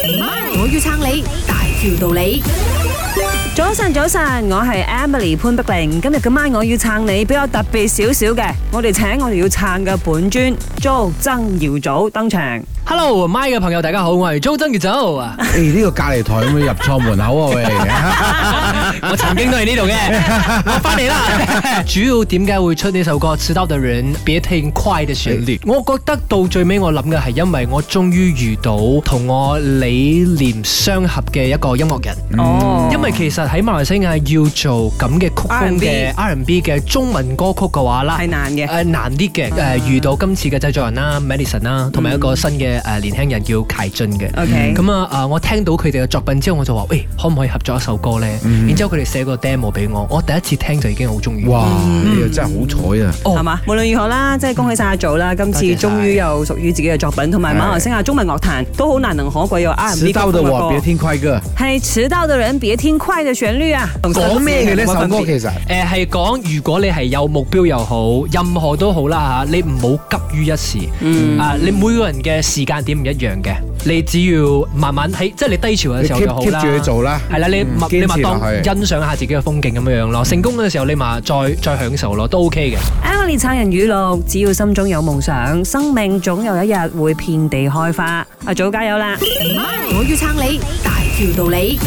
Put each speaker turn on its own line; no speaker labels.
我要撐你，大條道理。
早晨，早晨，我係 Emily 潘碧玲。今日嘅晚我要撐你，比較特別少少嘅。我哋請我哋要撐嘅本尊 Jo 曾耀祖登場。
Hello，麥嘅朋友，大家好，我係 Jo 曾傑祖啊，
誒哎呢個隔離台咁樣入錯門口啊喂！
我曾經都係呢度嘅，我翻嚟啦。主要點解會出呢首歌《遲到的人別聽快》嘅旋律？我覺得到最尾我諗嘅係因為我終於遇到同我理念相合嘅一個音樂人。
哦
嗯因為其實喺馬來西亞要做咁嘅曲風嘅 R&B 嘅中文歌曲嘅話啦，
係難嘅
誒難啲嘅誒遇到今次嘅製作人啦，Madison 啦，同埋一個新嘅誒年輕人叫凱俊嘅。
嗯 OK
咁啊啊！我聽到佢哋嘅作品之後，我就話：，喂，可唔可以合作一首歌咧？
嗯
然之後佢哋寫個 demo 俾我，我第一次聽就已經好中意。
哇，你又真係好彩啊！
哦
係嘛？無論如何啦，即係恭喜晒阿祖啦！今次
多謝晒
終於有屬於自己嘅作品，同埋馬來西亞中文樂壇都好難能可貴有 R&B
遲到的我，
嘅
別
歌。
聽快歌。
係遲到的人別聽快嘅旋律啊！
講咩嘅呢
同
首
上次
歌其實？
誒係講，如果你係有目標又好，任何都好啦嚇，你唔好急於一時。啊，你每個人嘅時間點唔一樣嘅，你只要慢慢喺，即係你低潮嘅時候
你 keep-
就好啦。
keep 住去做啦
係啦，你
嗯
默
堅持
你咪當
落去
欣賞下自己嘅風景咁樣樣咯。成功嘅時候你咪再再享受咯，都 OK 嘅。
Emily 撐人語錄，只要心中有夢想，生命總有一日會遍地開花。阿祖加油啦！
我要撐你，大條道理。